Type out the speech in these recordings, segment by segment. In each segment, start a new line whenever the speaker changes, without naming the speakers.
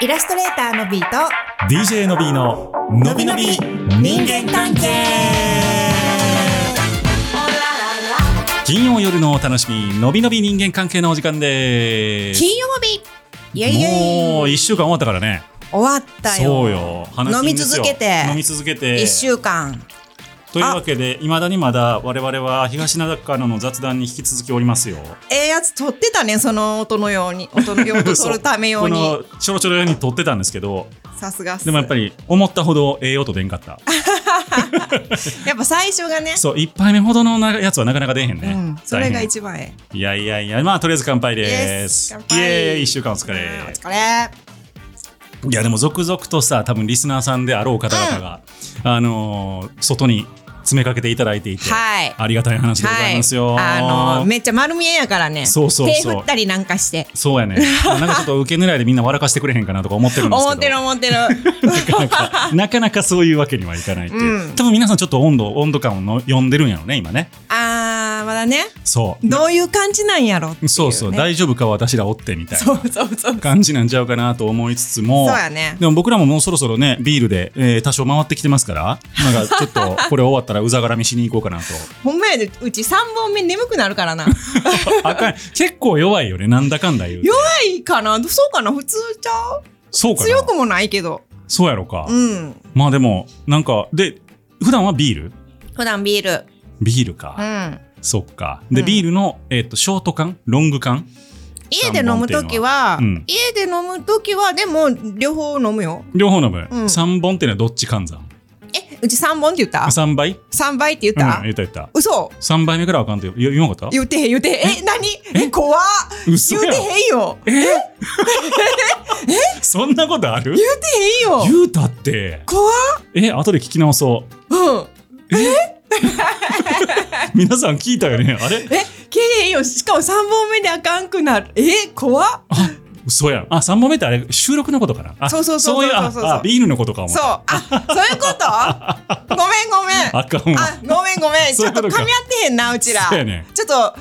イラストレーターのビーと
DJ の B ののびのび人間関係金曜夜のお楽しみのびのび人間関係のお時間です
金曜日イエイイエイ
もう一週間終わったからね
終わったよ
そうよ話
飲み続けて
飲み続けて
1週間
というわけでいまだにまだ我々は東灘からの雑談に引き続きおりますよ
ええやつ撮ってたねその音のよう に音のように撮るためよう
そ
に
うこのちょろちょろに撮ってたんですけど
さすがっす
でもやっぱり思ったほどええ音出んかった
やっぱ最初がね
そう一杯目ほどのなやつはなかなか出えへんね、
うん、それが
大変
一番え
いやいやいや、まあとりあえず乾杯
え
です。
乾杯
イエーイ一週間お疲
うんお
れ。
疲れ
いやでも続々とさ、多分リスナーさんであろう方々が、あのー外に詰めかけていただいていて、
はい
ありがたい話でございますよ。
はい、あのめっちゃ丸見えやからね
そうそうそ
手
う
振ったりなんかして
そうやね。なんかちょっと受け狙いでみんな笑かしてくれへんかなとか思ってるんですけど。
思ってる思ってる
なかなかなかなかそういうわけにはいかないっていう、
うん
多分皆さんちょっと温度温度感をの読んでるんやろね今ね
あーまだね
そう
どういう感じなんやろっていう、ね、
そうそう大丈夫か私らおってみたいな
そうそうそう
感じなんちゃうかなと思いつつも
そうやね
でも僕らももうそろそろねビールで、えー多少回ってきてま すからなんかちょっとこれ終わったらうざがらみしに行こうかなと
ほんまやでうち3本目眠くなるから な
あかん結構弱いよねなんだかんだ言うて
弱いかなそうかな普通ちゃう
そうかな
強くもないけど
そうやろか、
うん
まあでもなんかで普段はビール
普段ビール
ビール
う
か、
ん
そっかで、
うん
ビールの、えー、とショート缶ロング缶
家で飲むときは、
三本って
家で飲むときはでも両方飲むよ
両方飲む、
うん
3本っていうのはどっち換算
えうち3本って言った
3倍うん
3倍って言っ、
言ったた言った
嘘
3倍目からいあかんって言う言わんかった
言うてへん言うてへんえ何え怖っ
嘘
言う
や
てへんよ言う
そんなことあ
て
る
へんよ
言うたって
怖っ
え後で聞き直そう
うん
皆さん聞いたよね あれ
え聞いてへんよしかも3本目であかんくなるえ怖っ
あ嘘やんあ3本目ってあれ収録のことかなあ
そうそうそうそう
いうあ
そうそうそう
あビールのことかも
そうあそういうことごめんごめん
あかんわ
あごめんごめんち
そう
ょ
い
っ
うことと
噛
か
み合ってへんなうちら
そうやね
ちょっと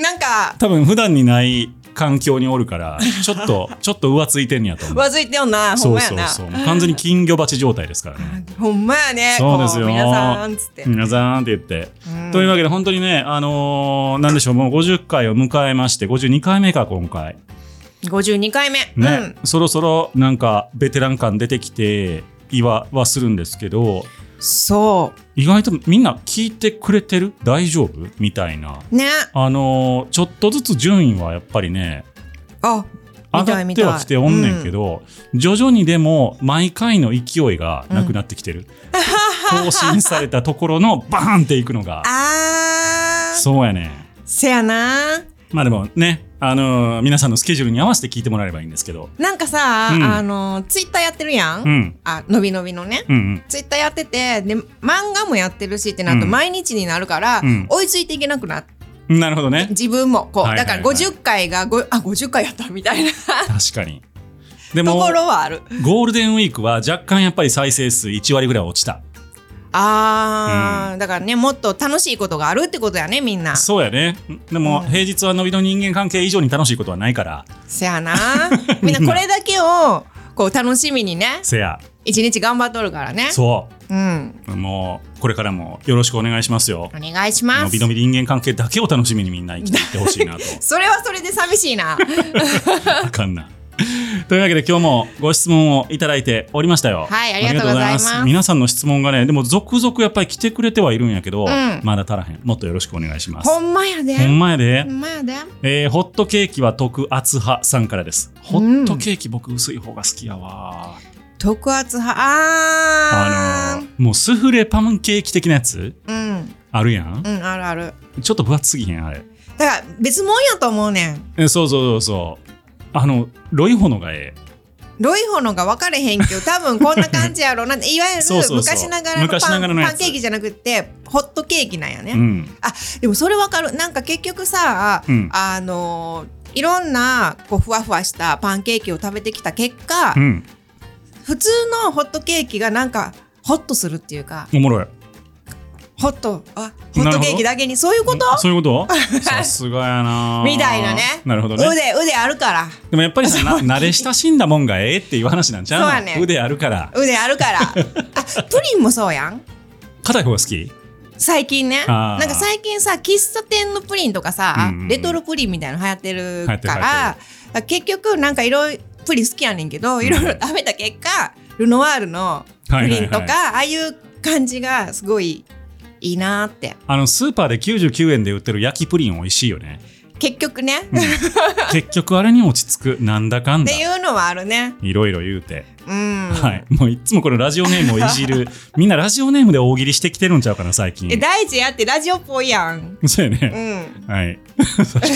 なんか
多分普段にない環境にお るからちょっとちょっと浮ついてんやと思う
わずいてよなほん
そう
まや
そう
な
そうもう完全に金魚鉢状態ですからね
ほんまやね
そうですよ
こ皆さんつって、
皆さんって言って、
うん
というわけで本当にねあのー、なんでしょうもう50回を迎えまして52回目か今回
52回目
ね、そろそろなんかベテラン感出てきていははするんですけど
うん、そ
意外とみんな聞いてくれてる大丈夫みたいな
うね
あのーちょっとずつ順位はやっぱりね
あ
上
見た
が
い
っ
見
て
たい
はきておんねんけど、徐々にでも毎回の勢いがなくなってきてる、更新されたとこ ろのバーンっていくのが
あー
そうやね
せやな
まあでもねあのー皆さんのスケジュールに合わせて聞いてもらえればいいんですけど、
なんかさ、
うん
あのツイッターやってるやん、
うん、
あのびのびのね
うんうん
ツイッターやっててで漫画もやってるしってなると
うん
毎日になるから、
うん
追いついていけなくなって
なるほどね
自分もこう、
はいはいはい
だから50回がごあ50回やったみ たいな
確かにで
と
も
ころはある
ゴールデンウィークは若干やっぱり再生数1割ぐらい落ちた
あー、だからねもっと楽しいことがあるってことやねみんな
そうやねでも、
うん
平日は伸びの人間関係以上に楽しいことはないから
せや なみんなこれだけをこう楽しみにね
せや
一日頑張っとるからね
そ
うん
うもうこれからもよろしくお願いしますよ
お願いしま
伸
す
び伸び人間関係だけを楽しみにみんな生きていってほし いなと
それはそれで寂しい な
あかんなというわけで今日もご質問をいただいておりましたよ
はいありがとうございます
ありがとう皆さんの質問がねでも続々やっぱり来てくれてはいるんやけど、
ん
まだ足らへんもっとよろしくお願いします
ほんまやで
ほんまやで
ほんまやで
えーホットケーキは特厚派さんからです。ホットケーキ僕薄い方が好きやわ。
特圧派あ
あのーもうスフレパンケーキ的なやつ
ーうん
あるやん、
うんあるある
ちょっと分厚すぎへんあれ。
だから別もんやと思うねん
えそうそうそうそう。あのロイホのがえ
ロイホのが分かれへんけど多分こんな感じや ろうないわゆる
そうそうそう
昔ながらのパン
昔ながらのやつ
パンケーキじゃなくってホットケーキなんやね、
え。うん。
あでもそれ分かるなんか結局さ、
うん
あのーいろんなこうふわふわしたパンケーキを食べてきた結果、
うん。
普通のホットケーキがなんかホッとするっていうか
おもろい。
ホットあホットケーキだけにそういうこと
そういう ことさすがやな
みたいなね
なるほど
腕
ね
腕あるから
でもやっぱり さな慣れ親しんだもんがええっていう話なんちゃうの
そうやね
腕あるから
腕あるから あプリンもそうやん
硬い方が好き
最近ねな
あー
んか最近さ喫茶店のプリンとかさ、
うんうん
レトロプリンみたいなの流行ってるか
流行
ら
ってる流行
結局なんかいろいろプリン好きやねんけどいろいろ食べた結果ルノワールのプリンとか、
はいはいは
ああいう感じがすごいいいなーって
あのスーパーで99円で売ってる焼きプリン美味しい よね
結局ね、
う ん
っ
結局あれに落ち着くなんだかんだ
ていうのはあるね
いろいろ言うて、
うん、
はいもういっつもこのラジオネームをいじ るみんなラジオネームで大喜利してきてるんちゃうかな最近
え大事やってラジオっぽいやん
そうや
う
ね、
ん
はい 確かに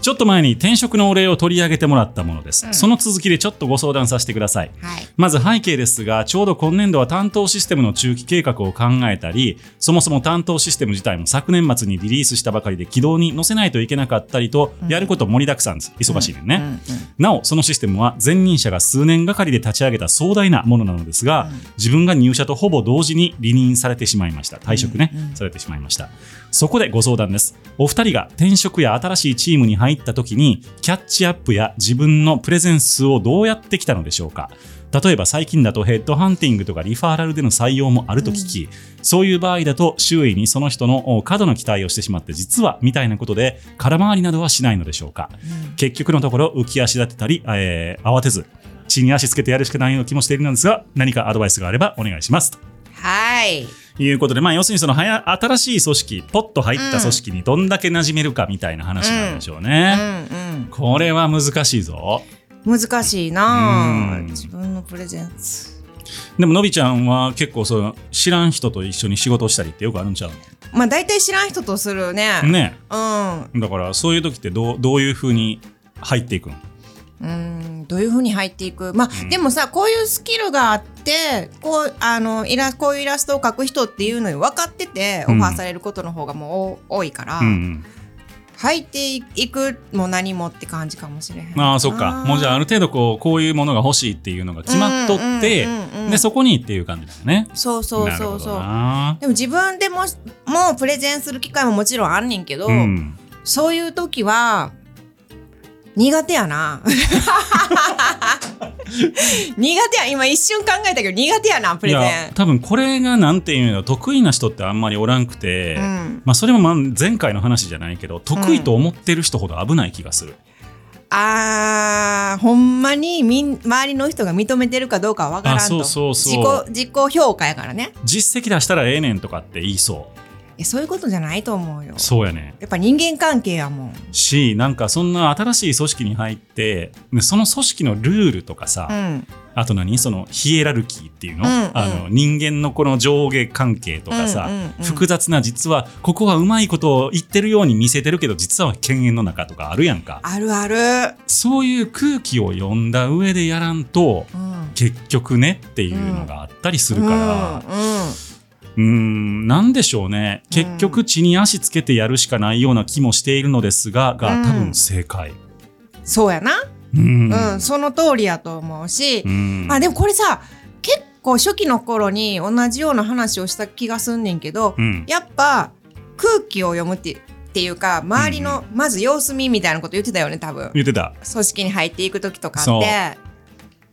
ちょっと前に転職のお礼を取り上げてもらったものです、
うん
その続きでちょっとご相談させてください
はい
まず背景ですが、ちょうど今年度は担当システムの中期計画を考えたり、そもそも担当システム自体も昨年末にリリースしたばかりで軌道に乗せないといけなかったりと、
うん
やること盛りだくさんです。忙しいねんね。
うんうん
なお、そのシステムは前任者が数年がかりで立ち上げた壮大なものなのですが、
うん
自分が入社とほぼ同時に離任されてしまいました。退職ね、
うんうん
されてしまいました。そこでご相談です。お二人が転職や新しいチームに入った時に、キャッチアップや自分のプレゼンスをどうやってきたのでしょうか例えば最近だとヘッドハンティングとかリファーラルでの採用もあると聞き、そういう場合だと周囲にその人のお過度な期待をしてしまって実はみたいなことで空回りなどはしないのでしょうか
うん
結局のところ浮き足立てたり、えー慌てず地に足つけてやるしかないような気もしているのですが何かアドバイスがあればお願いしますと
はい
いうことで、まあ、要するにそのはや新しい組織ポッと入った組織にどんだけ馴染めるかみたいな話なんでしょう
う
ね、
ん
これは難しいぞ
うん難しいなあ
うん
自分のプレゼンツ
でものびちゃんは結構その知らん人と一緒に仕事をしたりってよくあるんちゃう
まあ大体知らん人とするね
のね
うん
だからそういう時ってどうどういうふうに入っていくの
うんどういうふうに入っていくまあ、
うん
でもさこういうスキルがあってこうあのイラこういうイラストを描く人っていうのに分かっててオファーされることの方がもうお多いから、
うん
入っていくも何もって感じかもしれへ
うん、
ん
ああそっかもうじゃあある程度こうこういうものが欲しいっていうのが決まっとって、
うんうんうんうん
でそこにっていう感じだよね。
そうそうそう
なるほど
そう
な
でも自分でももうプレゼンする機会ももちろんあんねんけど、
うん、
そういう時は苦手やな 苦手や今一瞬考えたけど苦手やなプレ
い
ゼ
や
ン
多分これがなんていうの得意な人ってあんまりおらんくて、
うん、
まあ、それもまあ前回の話じゃないけど得意と思ってる人ほど危ない気がする、
あーほんまにみん周りの人が認めてるかどうかは分からんと
あそうそうそう
自己自己評価やからね
実績出したらええねんとかって言いそ
えそういうことじゃないと思うよ
うそうやね
やっぱ人間関係やもん
しなんかそんな新しい組織に入ってねその組織のルールとかさ、
うん
あと何そのヒエラルキーっていうの,、
うんうん
あの人間のこの上下関係とかさ、
うんうんうん
複雑な実はここはうまいことを言ってるように見せてるけど実は犬猿の中とかあるやんか
あるある
そういう空気を読んだ上でやらんと
うん
結局ねっていうのがあったりするから
うんうん
うーんなんでしょうね結局地に足つけてやるしかないような気もしているのですが
うん
が多分正解。
そうやな、
うん
うん、その通りやと思うし、
うん
あでもこれさ結構初期の頃に同じような話をした気がすんねんけど、
うん
やっぱ空気を読むってっていうか周りの、まず様子見みたいなこと言ってたよね多分
言ってた
組織に入っていく時とか
そ
っ
う
て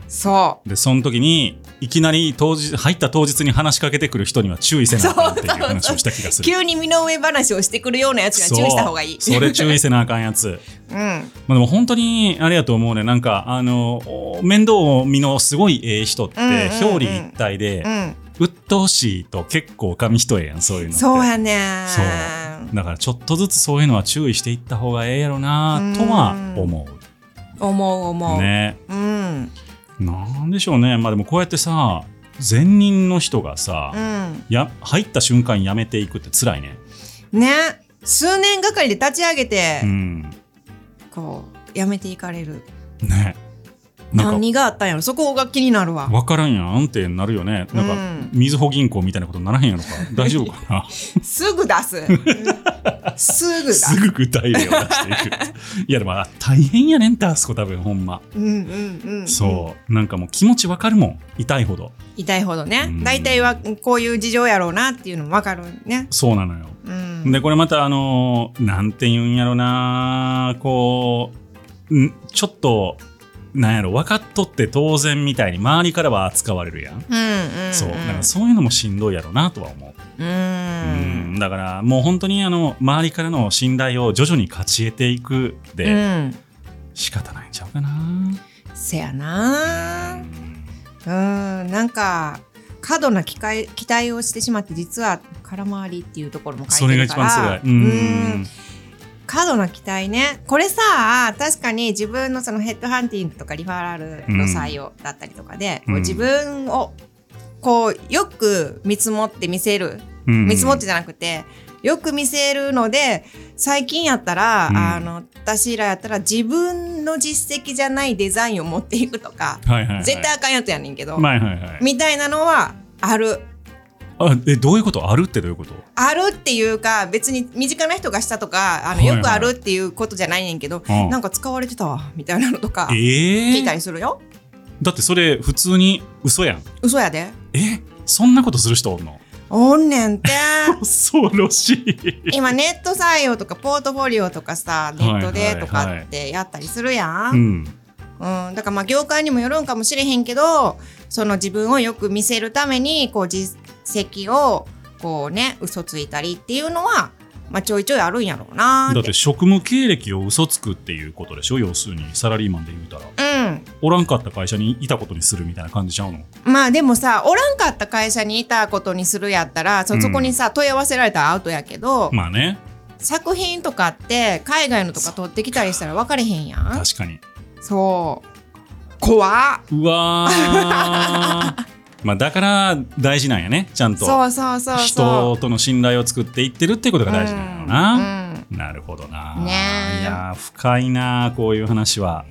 そ
でその時にいきなり当日入った当日に話しかけてくる人には注意せなあかんっていう話をした気が
う
する。
急に身の上話をしてくるようなやつには注意した方がいい
そうそれ注意せなあかんやつ。
うん
まあ、でも本当にあれやと思うねなんかあのお面倒見のすごいええ人って
うんうんうん
表裏一体で
うん
鬱陶しいと結構紙一重やんそういうのって
そうやねん
そうだからちょっとずつそういうのは注意していった方がええやろなとは思
思う思
う
う、
ね
うん
なんでしょうねまあでもこうやってさ前任の人がさ、
うん
や入った瞬間やめていくって辛いね。
ね数年がかりで立ち上げて、
うん。
こうやめていかれる
ね。なんか
何があったんやろそこが気になるわ
分からんやんってなるよねなんか、
うん
みずほ銀行みたいなことにならへんやろか大丈夫か な
すぐ出 すすぐ出
す
す
ぐ具体例を出していくいやでもあ大変やねんってあそこ多分ほんま、
うんうんうんうん
そうなんかもう気持ち分かるもん痛いほど
痛いほどね
うん
大体はこういう事情やろうなっていうのも分かるね
そうなのよ
うん
でこれまたあのーなんて言うんやろなこうんちょっとなんやろ分かっとって当然みたいに周りからは扱われるやん、
うんうんうん
そうだからそういうのもしんどいやろなとは思う、
う
うんんだからもう本当にあの周りからの信頼を徐々に勝ち得ていく
う
で
ん
仕方ないんちゃうかな、
せや
う
なんうんなんか過度な期待期待をしてしまって実は空回りっていうところも書
そ
い
れ
て
が
るか
一番
ら
辛い
うん過度な期待ねこれさ確かに自分のそのヘッドハンティングとかリファラルの採用だったりとかで、
うん
こう自分をこうよく見積もって見せる
うん
見積もってじゃなくて、よく見せるので最近やったら、
うん
あの私らやったら自分の実績じゃないデザインを持っていくとか、
はいはいはい、
絶対あかんやつやねんけど、
はいはいはい
みたいなのはある。
あえどういうことあるってどういうこと
あるっていうか別に身近な人がしたとかあの
はいはい
よくあるっていうことじゃないねんけど、
うん
なんか使われてたわみたいなのとか
え
聞いた
ー、
りするよ、
だってそれ普通に嘘やん
嘘やで
えそんなことする人おんの
おんねん て
恐ろしい
今ネット採用とかポートフォリオとかさネットでと
はいはいは
か
い
ってやったりするやん、
うん
うん、だからまあ業界にもよるんかもしれへんけどその自分をよく見せるためにこう実績をこうね嘘ついたりっていうのは、まあ、ちょいちょいあるんやろうな
だ
ーっ
っ
て
て職務経歴を嘘つくっていうことでしょ要するにサラリーマンで言うたら
うん
おらんかった会社にいたことにするみたいな感じちゃうの
まあでもさおらんかった会社にいたことにするやったらそ
うん
そこにさ、問い合わせられたらアウトやけど、
まあね
作品とかって海外のとか取ってきたりしたら分かれへんやん
確かに
そう怖っ
うわ ーまあだから大事なんやねちゃんと
そうそうそうそう
人との信頼を作っていってるってことが大事なんやろな、
うんうん
なるほどな。
ねえ
いやー深いなーこういう話は。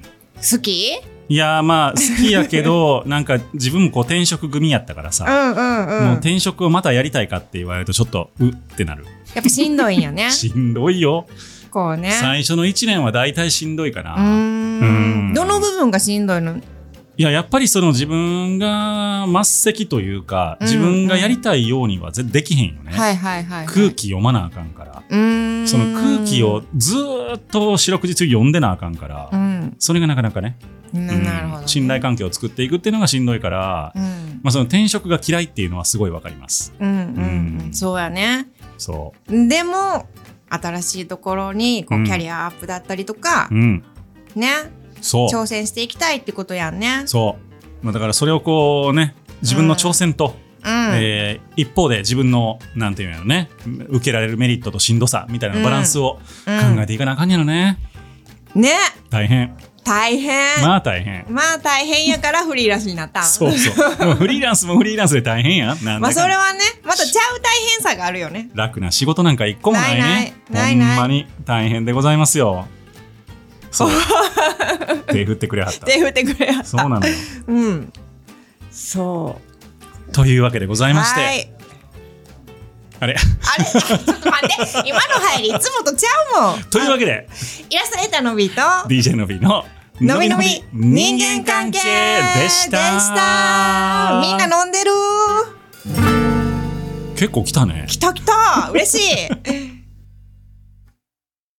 好き
いやーまあ好きや けどなんか自分もこう転職組やったから
う
さ、
んうんうん
もう
やっ
転職をまたやりたいかって言われるとちょっとうってなる。
ぱしんどいんよね
しんどいよ。
こうね
最初の1年は大体しんどいか
う
な。
ーん
うん
どの部分がしんどいの
いややっぱりその自分が末席というか
うん
自分がやりたいようにはぜできへんよね。
はいはいはい、はい、
空気読まなあかんから。
うーん
その空気をずーっと四六時中読んでなあかんから、
うん
それがなかなかね
な
うん
なるほどね、
信頼関係を作っていくっていうのがしんどいから、
うん
まあ、その転職が嫌いっていうのはすごいわかります
うんうん
う
うんん、そうやね
そ
でも新しいところにこ
うん
うキャリアアップだったりとか
う、う、ん、
ね
そう
挑戦していきたいってことやんね。
そう、まあ、だからそれをこうね自分の挑戦と、
うん
えー一方で自分のなんていうのやろね受けられるメリットとしんどさみたいなバランスを考えていかなあかんやろね、
うんね
大変
大変、ま
まあ大変
あ大変やからフリーランスになったん
そうそうでもフリーランスもフリーランスで大変やなんだか
まあそれはねまたちゃう大変さがあるよね。
楽な仕事なんか一個もないね
ないないないない
ほんまに大変でございますよそう 手振ってくれはった
手振ってくれやった。
そうなのよ
うんそ
というわけでござ
う。
いまして、
はい。
あれ
あれ ちょっと待って今の入りいつもとちゃうもん。
というわけで
イラストレーターのビーと
DJ のびの「
のびのび人間関係
でした
でしたみんな飲んでる
結構来たね
きたきた嬉しい